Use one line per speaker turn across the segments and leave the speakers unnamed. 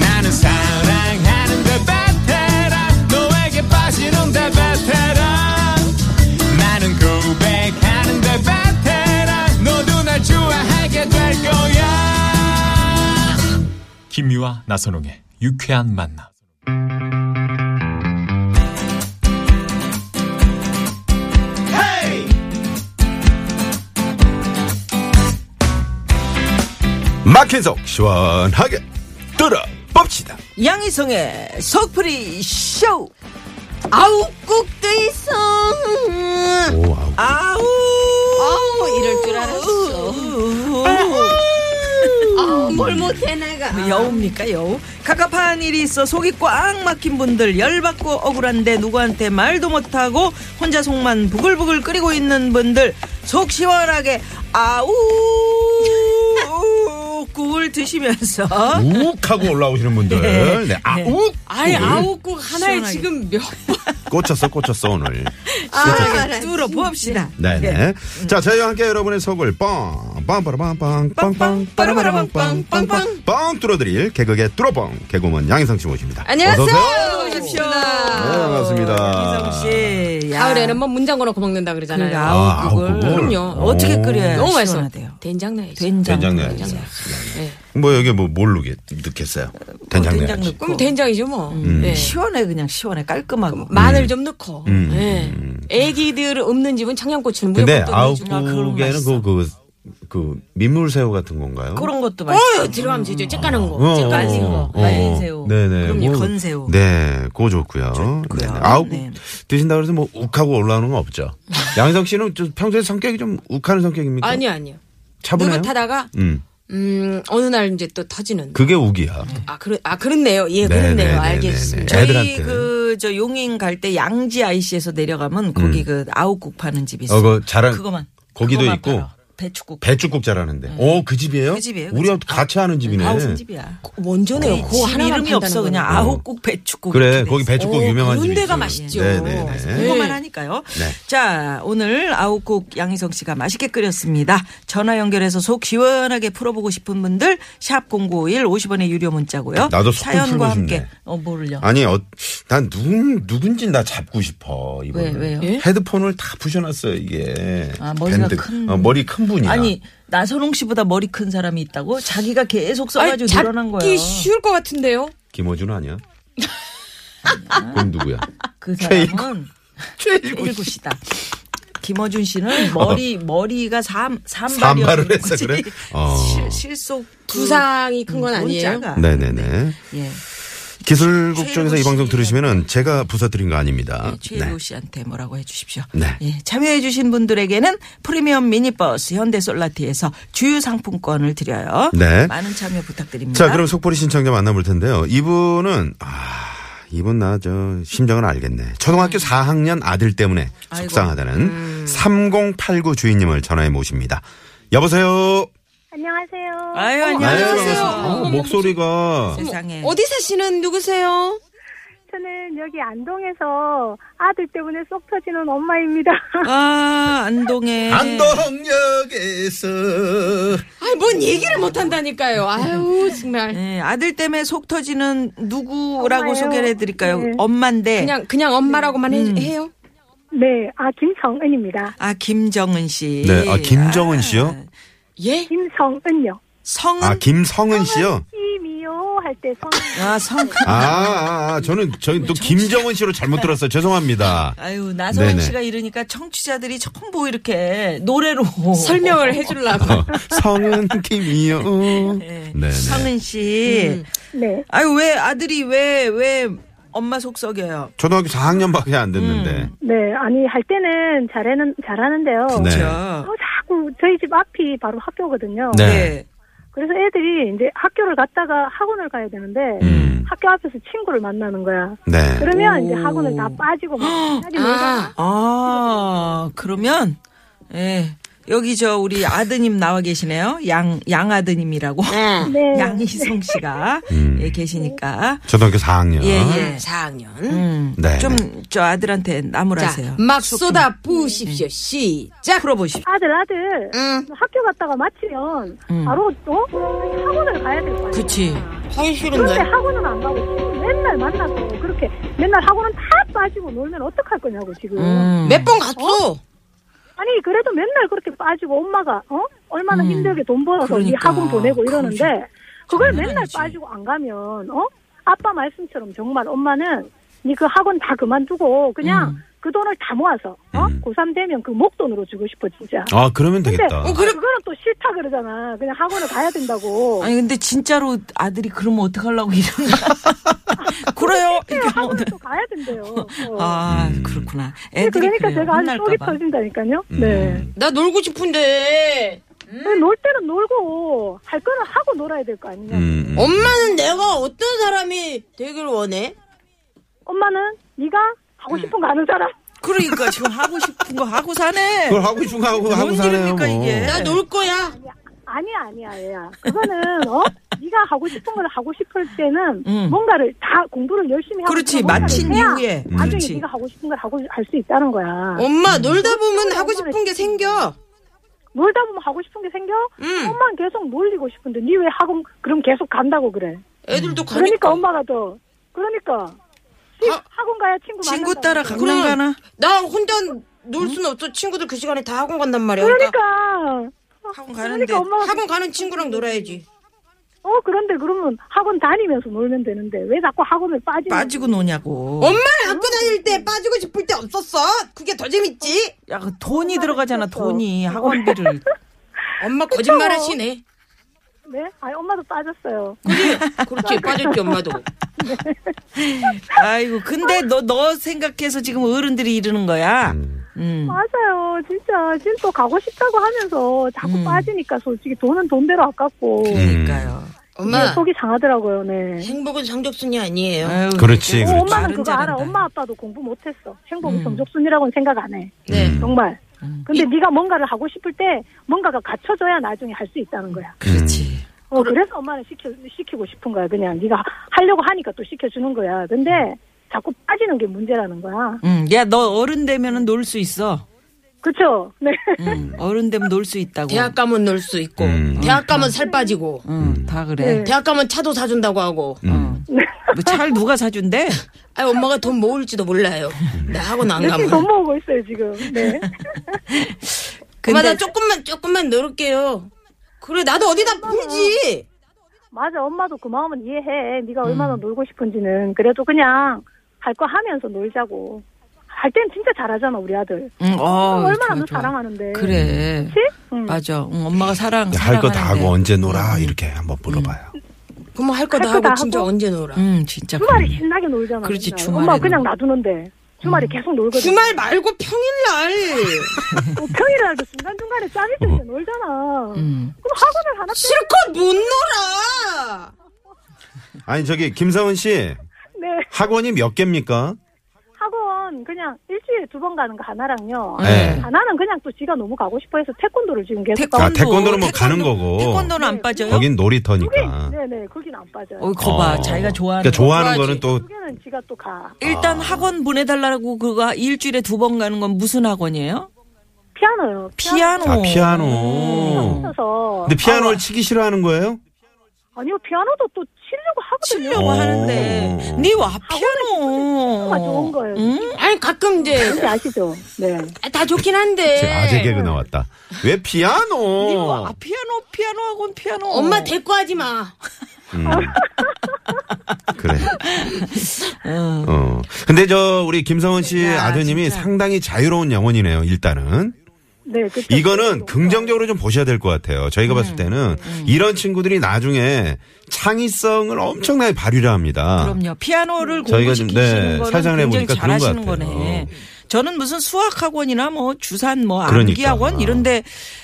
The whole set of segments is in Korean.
나는 사랑하는데 베테랑 너에게 빠지는데 베테랑 나는 고백하는데 베테랑 너도 날 좋아하게 될 거야
김미화 나선홍의 유쾌한 만남.
마켓속 시원하게 뚫어봅시다.
양희성의 예, 속풀이 쇼 아우 꼭대이성
오, 아우.
아우
아우 이럴 줄 알았어. 아우 뭘 못해 내가.
뭐, 여우입니까 여우 갑갑한 일이 있어 속이 꽉 막힌 분들 열받고 억울한데 누구한테 말도 못하고 혼자 속만 부글부글 끓이고 있는 분들 속 시원하게 아우 국을 드시면서
아,
우욱하고 올라오시는 분들.
네.
네. 아욱!
아니 아홉국 하나에
시원하게.
지금 몇
네.
음.
꽂혔어, 꽂혔어, 오늘.
시원하게 뚫어 봅시다
네네. 자, 저희와 함께 여러분의 속을 뻥, 뻥빠라빵빵, 빵빵, 빠라바라빵빵, 빵빵, 뻥 뚫어드릴 개그계 뚫어뻥 개그우먼 양희성 씨 모십니다. 어서오세요.
안녕하세요. 오십시오.
아.
네, 반갑습니다.
이성 씨 야.
가을에는 뭐 문장어 넣고 먹는다 네. 그러잖아요.
그러니까
아,
아욱국을.
아욱국을.
그럼요.
어떻게 끓여야
너무 맛있어. 네, 음.
시원하대요?
된장 넣어야지.
된장.
된장 넣어야지. 뭐, 여기 뭐, 뭘 넣겠, 넣겠어요? 된장 넣어야지.
그럼
그럼
된
된장이죠 뭐. 네.
시원해 그냥 시원해 깔끔하고.
마늘 좀 넣고.
음.
네. 애기들 없는 집은 청양고추는
근데
무조건 또 넣어주고.
아욱국에는 그, 그, 그, 민물새우 같은 건가요?
그런 것도
어,
맛있어.
들어가면 되죠. 찌까는 거.
어,
찌까는
어,
거.
어.
말린 새우.
네네.
그럼요,
뭐,
건새우.
네, 그거 좋고요. 네, 네. 아우
네.
드신다 그래서 뭐 욱하고 올라오는 거 없죠. 양희성 씨는 좀 평소에 성격이 좀 욱하는 성격입니까?
아니요, 아니요.
차분해요.
느긋하다가
음,
음, 어느 날 이제 또 터지는.
그게 욱이야.
아, 그러, 아, 그렇네요. 예,
네,
그렇네요.
네, 네,
알겠습니다.
네, 네.
저희
애들한테.
그 저 용인 갈 때 양지 IC에서 내려가면 거기 그 아욱국 파는 집이 있어.
어, 그 잘한
그거만.
거기도
그거만
있고
팔아. 배추국.
배추국 잘하는데. 오, 그 집이에요?
그 집이에요, 그
우리가 같이 하는 집이네.
아우 그 집이야.
원전에요. 그거
집
하나만
어, 이름이
판다는
없어 그냥
거는.
아욱국 배추국.
그래, 거기 배추국
오,
유명한
그런
집이
데가
있어요.
맛있죠.
네네네.
네.
그거만 하니까요.
네.
자, 오늘 아욱국 양희성 씨가 맛있게 끓였습니다. 전화 연결해서 속 시원하게 풀어보고 싶은 분들 샵 0951 50원의 유료 문자고요.
나도 속 풀고
사연과 함께
싶네.
어 뭐를요?
아니, 어, 난 누군, 누군지 나 잡고 싶어, 이번에.
왜, 왜요?
헤드폰을 다 부셔놨어요, 이게.
아, 머리가
밴드.
큰-
어, 머리 큰 분이야.
아니 나선홍 씨보다 머리 큰 사람이 있다고 자기가 계속
아니,
써가지고 늘어난 거야.
잡기 쉬울 것 같은데요.
김어준 아니야? 그럼 누구야?
그
최일구.
사람은
최일구 씨.
일구시다. 김어준 씨는 머리 머리가 삼
반발을
삼발이었는
했어
거지.
그래? 어.
실, 실속 그
부상이 큰 건 아니에요.
문자가.
네네네.
예,
기술국
최일구
쪽에서 이
씨.
방송 들으시면은 제가 부서드린 거 아닙니다.
예, 최일구 씨한테 뭐라고 해주십시오.
네.
예, 참여해주신 분들에게는 프리미엄 미니버스 현대솔라티에서 주유 상품권을 드려요.
네.
많은 참여 부탁드립니다.
자, 그럼 속보리 신청자 만나볼 텐데요. 이분은 아 이분 나 저 심정은 알겠네. 초등학교 4학년 아들 때문에
음. 아이고. 음.
속상하다는 3089 주인님을 전화해 모십니다. 여보세요.
안녕하세요. 어,
아유
아유,
네, 안녕하세요.
반갑습니다. 아, 목소리가
세상에.
어디 사시는 누구세요?
저는 여기 안동에서 아들 때문에 쏙 터지는 엄마입니다.
아 안동에
안동역에서
아이, 뭔 얘기를 못 한다니까요. 아유, 정말.
네, 아들 때문에 속 터지는 누구라고
엄마예요.
소개를 해드릴까요?
네.
엄마인데
그냥, 그냥 엄마라고만
음.
해- 해요.
네, 아 김성은입니다.
아 김정은 씨.
네, 아, 김정은 씨요?
예?
음.
김성은요.
성은
아,
아,
김성은 씨요?
김이요 할 때 성.
성.
아, 아, 아, 저는, 저는 또 김정은 씨로 잘못 들었어요. 죄송합니다.
아유 나선홍
네네.
씨가 이러니까 청취자들이 전부 이렇게 노래로
설명을 해주려고.
어, 성은 김이요.
네.
네네.
성은 씨.
음.
네.
아유 왜 아들이 왜 왜 엄마 속 썩여요?
초등학교 4학년밖에 안 됐는데.
음.
네, 아니 할 때는 잘하는 잘하는데요.
네.
저.
어, 자꾸 저희 집 앞이 바로 학교거든요.
네.
예.
그래서 애들이 이제 학교를 갔다가 학원을 가야 되는데
음.
학교 앞에서 친구를 만나는 거야.
네.
그러면
오.
이제 아. 학원을 다 빠지고 막 짜리 놀다가
아,
아 그러면 예 여기 저 우리 아드님 나와 계시네요. 양, 양아드님이라고.
예.
네.
양희성 씨가
음.
예, 계시니까.
초등학교 4학년.
예, 예.
4학년.
네.
좀 저 아들한테
자,
나무라세요. 네.
막 쏟아 부으십시오. 시작.
풀어보십시오.
아들 아들 학교 갔다가 마치면 바로 또 학원을 가야 될 거예요.
그치.
하기
그런데 학원은 안 가고 지금 맨날 만나서 그렇게 맨날 학원은 다 빠지고 놀면 어떡할 거냐고 지금.
음.
몇 번 갔어?
아니 그래도 맨날 그렇게 빠지고 엄마가 어 얼마나 힘들게 돈 벌어서 이
음. 그러니까.
학원 보내고 이러는데 그걸
장난
맨날
아니지.
빠지고 안 가면 어 아빠 말씀처럼 정말 엄마는 니 그 학원 다 그만두고 그냥
음.
그 돈을 다 모아서 어
음.
고3 되면 그 목돈으로 주고 싶어 진짜.
아, 그러면
근데
어,
되겠다.
그거는또 싫다 그러잖아. 그냥 학원을 가야 된다고.
아니 근데 진짜로 아들이 그러면 어떡하려고 이러나. 그래요. 이렇게
학원을
하면
또 가야 된대요. 어.
아
음.
그렇구나.
근데
애들이
그러니까
그래요.
제가 아주
혼날까
속이
봐.
터진다니까요. 네.
나 놀고 싶은데.
음.
근데 놀 때는 놀고 할 거는 하고 놀아야 될 거 아니냐.
음,
어,
음.
엄마는 내가 어떤 사람이 되길 원해?
엄마는 네가 하고
음.
싶은 거 아는 사람.
그러니까 지금 하고 싶은 거 하고 사네.
그걸 하고 싶은 거 하고, 하고
뭔
사네요.
일입니까,
뭐.
이게?
나 놀 거야.
아니야 아니야 얘야. 그거는 어 네가 하고 싶은 걸 하고 싶을 때는
음.
뭔가를 다 공부를 열심히 하고
그렇지,
뭔가를
마친
해야
이후에.
나중에
그렇지. 어,
네가 하고 싶은 걸 하고 할 수 있다는 거야.
엄마 놀다 보면 하고 싶은 게 생겨.
놀다 보면 하고 싶은 게 생겨.
음.
엄마는 계속 놀리고 싶은데 니 왜 학원 그럼 계속 간다고 그래.
애들도
그러니까
가니까.
엄마가 더 그러니까 씨,
아,
학원 가야 친구 만나.
친구 따라 강남
그럼.
가나?
나 혼자 놀 수는 없어. 친구들 그 시간에 다 학원 간단 말이야. 그러니까
그러니까
학원 가는데
그러니까 엄마가
학원 가는 친구랑 놀아야지.
어 그런데 그러면 학원 다니면서 놀면 되는데 왜 자꾸 학원을 빠지는
빠지고 노냐고.
엄마를 학교 다닐 때 빠지고 싶을 때 없었어. 그게 더 재밌지.
야, 그 돈이 들어가잖아, 돈이. 학원비를.
엄마 거짓말 하시네.
네? 아니 엄마도 빠졌어요.
그렇지 빠졌지 엄마도.
아이고, 근데 너, 너 생각해서 지금 어른들이 이러는 거야. 음.
맞아요. 진짜 진또 가고 싶다고 하면서 자꾸
음.
빠지니까 솔직히 돈은 돈대로 아깝고
그러니까요.
엄마
속이 상하더라고요. 네.
행복은 상적순이 아니에요.
아유,
예, 그렇지,
어,
그렇지.
엄마는
잘은
그거
잘한다.
알아. 엄마 아빠도 공부 못했어. 행복이
음.
성적순이라고는 생각 안 해.
네.
정말. 근데 네가 뭔가를 하고 싶을 때 뭔가가 갖춰져야 나중에 할 수 있다는 거야.
그렇지.
어, 그래서 엄마는 시켜, 시키고 싶은 거야. 그냥 네가 하려고 하니까 또 시켜주는 거야. 근데 자꾸 빠지는 게 문제라는 거야.
음, 야, 너 어른 되면은 놀 수 있어.
그쵸? 네.
음, 어른 되면 놀 수 있다고.
대학 가면 놀 수 있고,
음.
대학 가면 살 빠지고,
음, 다 그래.
네.
대학 가면 차도 사준다고 하고.
음.
어. 뭐잘 누가 사준대?
아 엄마가 돈 모을지도 몰라요. 나 학원 안
열심히 돈
가면.
모으고 있어요, 지금. 네.
엄마 나 조금만 조금만 놀게요. 그래 나도 어디다 풀지.
맞아. 엄마도 그 마음은 이해해. 네가 얼마나 놀고 싶은지는. 그래도 그냥 할 거 하면서 놀자고. 할 땐 진짜 잘하잖아, 우리 아들.
응, 어, 좋아,
얼마나 너
좋아.
사랑하는데.
그래.
그치? 응.
맞아. 응, 엄마가 사랑.
할 거 다
사랑하는데.
하고 언제 놀아? 이렇게 한번 물어봐요.
그럼 할 거
할
다
거다
하고 진짜
하고.
언제 놀아?
음, 진짜.
주말에 신나게 놀잖아.
그렇지,
맨날.
주말에는. 음.
엄마 그냥 놔두는데. 주말에 계속 놀거든.
주말 말고 평일날.
어, 평일날도 중간중간에 짬이 들때 놀잖아.
어. 음.
그럼 학원을 하나
실컷 못 놀아.
아니, 저기, 김사원 씨.
네.
학원이 몇 개입니까?
학원 그냥 일주일에 두 번 가는 거 하나랑요.
네.
하나는 그냥 또 지가 너무 가고 싶어 해서 태권도를 지금 계속
태권도.
아,
가고
태권도는 뭐 가는 거고.
태권도는
네.
안 빠져요?
거긴
그게
놀이터니까.
네네 거긴 안 빠져요.
아. 어, 음. 거 봐.
어.
자기가 좋아하는.
그러니까 좋아하는 아.
좋아하지.
거는 또,
두 개는 지가 또 가.
거. 일단 학원 보내달라고 그거 일주일에 두 번 가는 건 무슨 학원이에요?
피아노요.
피아노.
아, 피아노.
어.
쳐서
근데 피아노를 치기 싫어하는 거예요?
아니요 피아노도 또 치려고 하거든요.
치려고
어.
하는데. 니와
친구가
피아노.
좋은 거예요.
아니 가끔 이제
뭔지 아시죠? 네.
다 좋긴
제
네.
아재
한데.
개그 나왔다. 왜 피아노?
아, 피아노, 피아노 학원, 피아노.
엄마 대꾸하지 마.
음. 그래. 어. 근데 저 우리 김성원 씨
야,
아드님이
진짜.
상당히 자유로운 영혼이네요. 일단은
네 그쵸.
이거는 긍정적으로 좀 보셔야 될 것 같아요. 저희가 봤을 때는 이런 친구들이 나중에 창의성을 엄청나게 발휘를 합니다.
그럼요. 피아노를
저희가 좀,
공부시키시는
네,
거는
사장을
굉장히
해보니까 그런 것
잘하시는
같아요.
거네. 저는 무슨 수학학원이나 뭐 주산 뭐
그러니까.
암기학원 이런데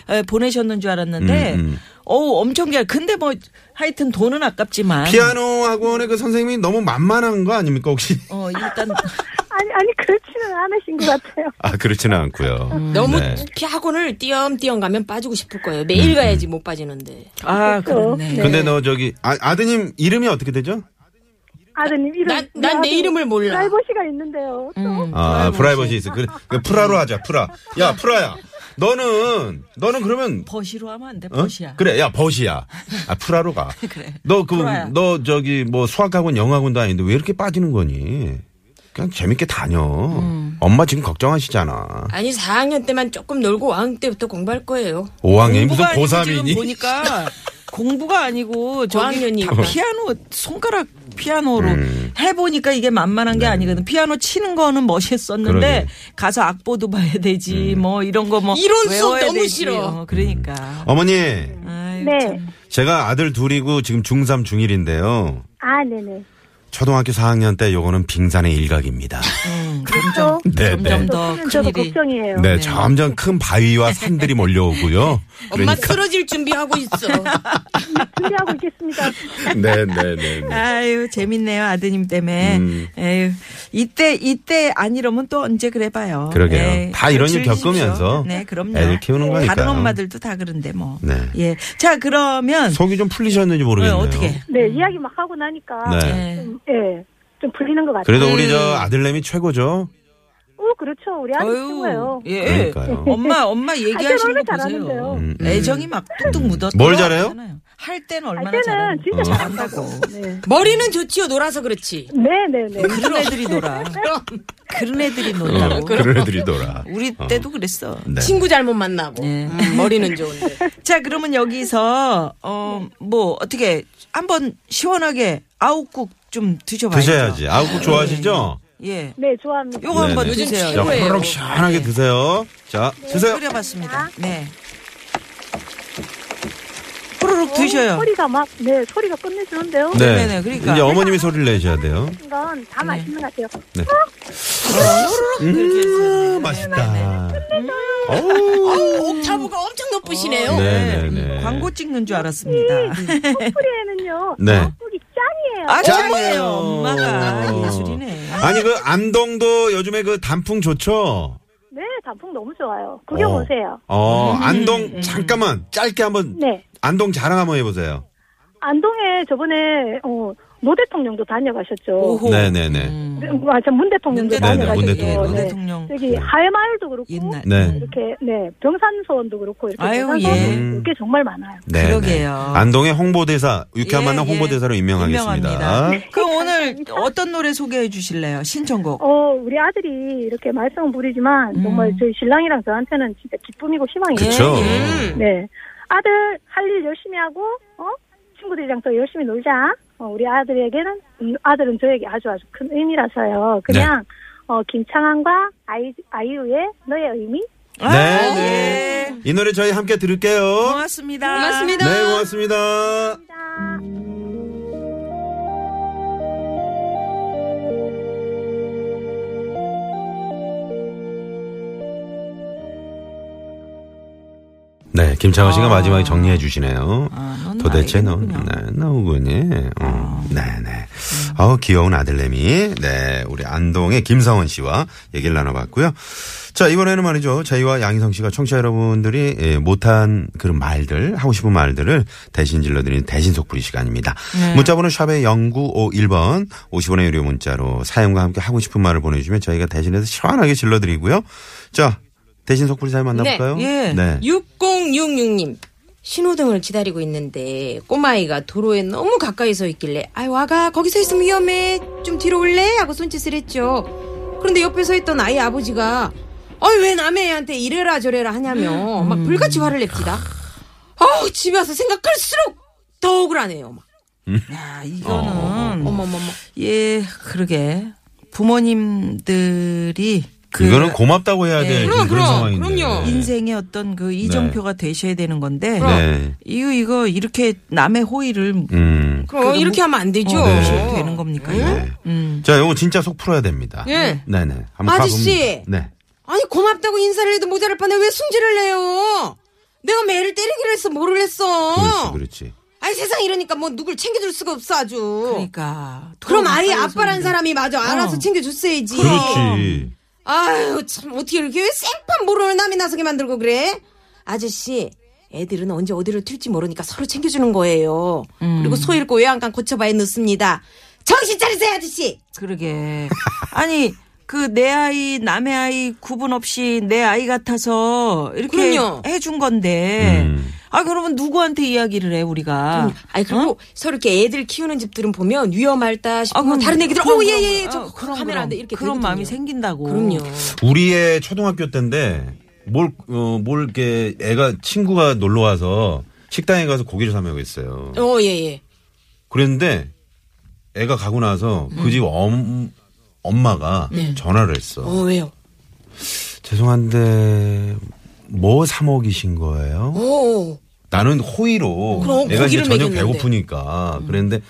에, 보내셨는 줄 알았는데
음, 음.
어우 엄청 잘. 근데 뭐 하여튼 돈은 아깝지만
피아노 학원의 그 선생님이 너무 만만한 거 아닙니까 혹시?
어 일단
아니 아니 그렇지는 않으신 것 같아요.
아 그렇지는 않고요.
음, 너무
네. 음,
피 학원을 띄엄띄엄 가면 빠지고 싶을 거예요. 매일 가야지 못 빠지는데.
아
그렇죠.
그렇네.
근데 너 저기 아, 아드님 이름이 어떻게 되죠?
아드님 이름
난- 난내 이름을 몰라.
프라이버시가 있는데요.
음.
또
아, 프라이버시 있어. 그, 그 프라로 하자. 프라. 야, 프라야. 너는 너는 그러면
버시로 하면 안 돼.
어?
버시야.
그래, 야, 버시야. 아, 프라로 가.
그래.
너, 그,
프라야.
너, 저기, 뭐, 수학학원, 영어학원도 아닌데 왜 이렇게 빠지는 거니? 그냥 재밌게 다녀.
음.
엄마 지금 걱정하시잖아.
아니 4학년 때만 조금 놀고 5학년 때부터 공부할 거예요.
5학년이 무슨
공부가 아니고 지금
고3이니?
보니까 공부가 아니고 저기 다
고학년이니까. 그렇죠.
피아노 손가락 피아노로
음. 네.
해보니까 이게 만만한 게 아니거든. 피아노 치는 거는 멋있었는데
그러게. 음.
가서 악보도 봐야 되지 뭐 이런 거 뭐
이론 수업 너무
되지.
싫어. 음.
어, 그러니까.
어머니,
아유,
네.
참.
제가 아들 둘이고 지금 중3, 중1인데요.
아 네네.
초등학교 4학년 때 요거는 빙산의 일각입니다.
음,
또
그렇죠.
점점
네,
점점
네.
더
저는 저도
큰일이.
걱정이에요.
네, 점점 큰 바위와 산들이 몰려오고요. 그러니까
엄마 쓰러질 준비하고 있어.
준비하고 있겠습니다.
네, 네, 네. 네.
아유 재밌네요 아드님 때문에.
음.
에휴 이때 이때 안 이러면 또 언제 그래봐요.
그러게요.
예,
다 이런 일
즐기십시오.
겪으면서
네 그럼요.
애들 키우는 거니까요.
다른 엄마들도 다 그런데 뭐.
네.
예. 자 그러면 어,
속이 좀 풀리셨는지 모르겠네요.
어떻게?
네 이야기 막 하고 나니까
예.
네.
좀, 예, 좀 풀리는 것 같아요.
음.
그래도 우리 저 아들내미 최고죠.
어 그렇죠. 우리 아들 친구예요.
예.
그러니까요.
엄마 엄마
할 때는
얘기하시는
얼마나
거 보세요.
잘하는데요.
음, 음.
애정이 막 뚝뚝 묻었다.
뭘 잘해요?
할 때는
할
얼마나
때는
잘하는?
아, 진짜 잘한다고.
잘한다고.
네.
머리는 좋지요. 놀아서 그렇지.
네네네.
그런 애들이 놀아. 그런 애들이 놀다고.
어, 그런 애들이더라.
우리 때도 그랬어.
네.
친구 잘못 만나고.
예.
음, 머리는 좋은데.
자, 그러면 여기서 어 뭐 어떻게 한번 시원하게 아웃국 좀 드셔봐야죠.
드셔야지. 아우 좋아하시죠?
예.
네 좋아합니다.
요거 한번
네, 네.
드세요.
자,
요거 최고예요.
호로록 시원하게 드세요. 자, 드세요.
아.
끓여봤습니다. 네. 호로록
어,
드셔요.
소리가 막, 네, 소리가 끝내주는데요.
네.
네네, 그러니까.
이제 어머님이 소리를 내셔야 돼요.
건다
네.
맛있는 것 같아요.
뭐
음,
네,
맛있다. 어우.
옥타브가 엄청 높으시네요.
어,
네, 네, 네.
음, 광고 찍는 줄 알았습니다.
음.
코프리에는요,
네.
떡국이
네.
짱이에요.
아,
짱이에요.
정말요. 엄마가
음.
예술이네.
아니 그 안동도 요즘에 그 단풍 좋죠?
네, 단풍 너무 좋아요. 구경
어.
오세요.
어,
음.
안동 잠깐만 짧게 한번
네.
안동 자랑 한번 해보세요.
안동에 저번에, 어, 노 대통령도 다녀가셨죠.
오호.
네네네.
음.
와, 전문 대통령도
문대
네네,
대통령.
문
다녀가셨죠.
대통령.
문
네.
대통령.
저기 하회마을도 그렇고
옛날. 음.
네.
이렇게 네 병산소원도 그렇고 이렇게
아유,
예.
병산소원도 게 정말 많아요.
네,
그러게요.
네. 안동의 홍보대사 육회
예,
만남
예.
홍보대사로 임명하겠습니다.
임명합니다. 그럼 오늘 어떤 노래 소개해 주실래요? 신청곡.
어 우리 아들이 이렇게 말썽 부리지만
음.
정말 저희 신랑이랑 저한테는 진짜 기쁨이고 희망이에요.
예,
그쵸? 음.
네 아들 할 일 열심히 하고 어 친구들이랑 더 열심히 놀자. 어, 우리 아들에게는 음, 아들은 저에게 아주 아주 큰 의미라서요. 그냥 어 김창완과 아이 아이유의 너의 의미
아,
네,
예.
이 노래 저희 함께 들을게요.
고맙습니다.
고맙습니다.
네, 고맙습니다. 네, 김창호 씨가 마지막에 정리해 주시네요.
아, 넌
도대체 넌,
나에게는군요.
네, 너구니? 어, 네네. 어, 귀여운 아들내미. 네, 우리 안동의 김성원 씨와 얘기를 나눠봤고요. 자, 이번에는 말이죠. 저희와 양희성 씨가 청취자 여러분들이 예, 못한 그런 말들, 하고 싶은 말들을 대신 질러드리는 대신 속풀이 시간입니다. 문자번호 샵의 0951번, 50원의 유료 문자로 사연과 함께 하고 싶은 말을 보내주시면 저희가 대신해서 시원하게 질러드리고요. 자, 대신 속풀이 사연 만나볼까요?
네, 예.
네.
6066님. 신호등을 기다리고 있는데 꼬마아이가 도로에 너무 가까이 서 있길래 아이 와가 거기 서 있으면 위험해 좀 뒤로 올래 하고 손짓을 했죠 그런데 옆에 서 있던 아이 아버지가 아이 왜 남의 애한테 이래라 저래라 하냐며 막 불같이 화를 냅니다 아우 집에 와서 생각할수록 더 억울하네요 막.
야,
어, 음.
이거는
어머머머
예, 그러게 부모님들이 그
이거는 고맙다고 해야
네.
될
그럼,
그런
그럼,
상황인데.
그럼요.
인생의 어떤 그 이정표가 되셔야 되는 건데
네.
이거 이거 이렇게 남의 호의를
음.
그럼 이렇게 하면 안 그러니까 뭐 되죠
어, 네. 되는 겁니까? 이거?
네.
음.
자, 요거 진짜 속 풀어야 됩니다.
예.
네네. 한번
아저씨.
가봅니다. 네.
아니 고맙다고 인사를 해도 모자랄 판에 왜 승질을 내요? 내가 매를 때리기를 했어 뭐를 했어?
그렇죠, 그렇지, 그렇지.
아니 세상 이러니까 뭐 누굴 챙겨줄 수가 없어 아주.
그러니까
그럼 어. 아예 아빠란 사람이 맞아 알아서 챙겨줬어야지.
그렇지.
아유 참 어떻게 이렇게 왜 생판 모르는 남이 나서게 만들고 그래? 아저씨 애들은 언제 어디로 튈지 모르니까 서로 챙겨주는 거예요. 그리고 소 잃고 외양간 고쳐봐야 늦습니다. 정신 차리세요 아저씨.
그러게 아니 그 내 아이 남의 아이 구분 없이 내 아이 같아서 이렇게
그럼요.
해준 건데
음.
아 그러면 누구한테 이야기를 해 우리가
아니 그리고 서로 이렇게 애들 키우는 집들은 보면 위험할다
어? 아,
싶으면
그럼
뭐 다른 애기들
그럼,
어예예저
그럼.
예, 저
아,
그럼 가면 안 돼 이렇게
그런 마음이
되거든요.
생긴다고
그럼요.
우리의 초등학교 때인데 뭘, 어, 뭘 이렇게 애가 친구가 놀러 와서 식당에 가서 고기를 사 먹고 있어요.
어 예예.
그랬는데 애가 가고 나서
음.
그 집 엄, 엄마가 전화를 했어.
어 왜요?
죄송한데 뭐 사 먹이신 거예요?
어, 오.
나는 호의로
그럼
내가 이제
고기를
저녁
먹였는데.
배고프니까 그랬는데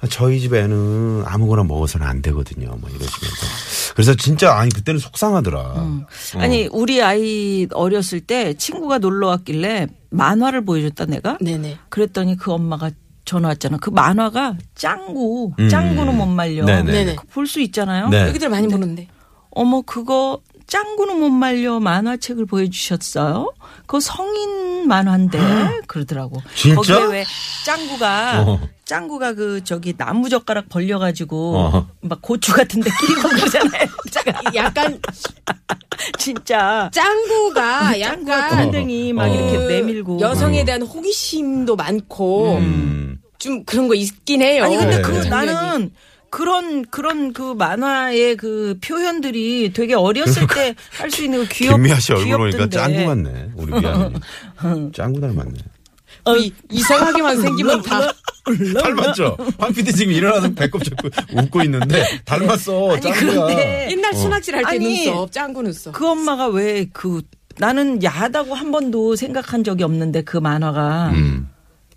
아, 저희 집에는 아무거나 먹어서는 안 되거든요. 뭐 이러시면서 그래서 진짜 아니 그때는 속상하더라. 어.
아니 우리 아이 어렸을 때 친구가 놀러 왔길래 만화를 보여줬다 내가
네네.
그랬더니 그 엄마가 전화 왔잖아 그 만화가 짱구
음.
짱구는 못 말려
네네.
네네.
볼 수 있잖아요
네.
애기들 많이 보는데.
어머 그거 짱구는 못 말려 만화책을 보여주셨어요 그거 성인 만화인데 그러더라고
진짜?
거기에 왜 짱구가
어.
짱구가 그 저기 나무 젓가락 벌려가지고
어.
막 고추 같은데 끼고 그러잖아요
약간
진짜
아, 짱구가 약간
어.
밴댕이 막 이렇게
그
내밀고
여성에 대한 호기심도 많고
음.
좀 그런 거 있긴 해요.
아니 근데
네.
그
장면이.
나는 그런 그런 그 만화의 그 표현들이 되게 어렸을 때 할 수 있는 그 귀엽
그러니까. 김미아 씨 얼굴 보니까
귀엽던데.
짱구 같네. 우리 미아님 짱구 닮았네.
어,
이- 이상하게만 생기면 다
닮았죠. 황 PD 지금 일어나서 배꼽 잡고 웃고 있는데 닮았어.
아니 그런데
어.
옛날 순학질 할 때
아니,
눈썹 짱구 눈썹.
그 엄마가 왜 그 나는 야하다고 한 번도 생각한 적이 없는데 그 만화가
음. 네.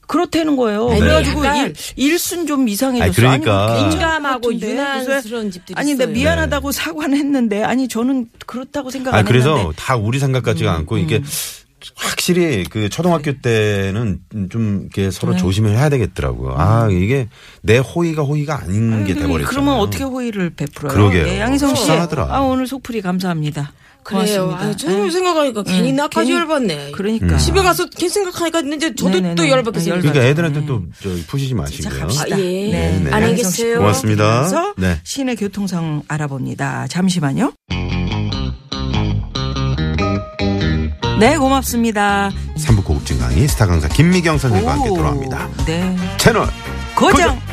그렇다는 거예요.
아니,
그래가지고
약간-
일, 순좀 이상해졌어.
아니, 그러니까.
아니, 뭐 괜찮은
민감하고
것 같은데.
유난스러운
그래서
집들이
아니 근데
있어요.
미안하다고 사과는 했는데 아니 저는 그렇다고 생각 안
아 그래서
했는데 음,
다 우리 생각 같지가 않고 이게 확실히 그 초등학교 때는 좀 이렇게 서로
네.
조심을 해야 되겠더라고요. 아 이게 내 호의가 호의가 아닌 게 돼버렸잖아요.
음. 그러면 어떻게 호의를 베풀어요?
그러게요.
예, 양희성 씨,
속상하더라.
아 오늘 속풀이 감사합니다.
그래요.
고맙습니다.
아, 저는 생각하니까 괜히 나까지
괜히-
열받네.
그러니까
음.
집에 가서 걔 생각하니까 이제 저도
네네네.
또 열받겠어요.
아,
그러니까 애들한테 또 저, 푸시지 마시고요.
시작합시다.
아, 예.
네.
안녕히
양희성 씨
계세요.
고맙습니다.
그래서
네.
시내 교통 상황 알아봅니다. 잠시만요. 네, 고맙습니다.
3부 고급진 강의 스타 강사 김미경 선생님과 함께 돌아옵니다.
네.
채널
고정.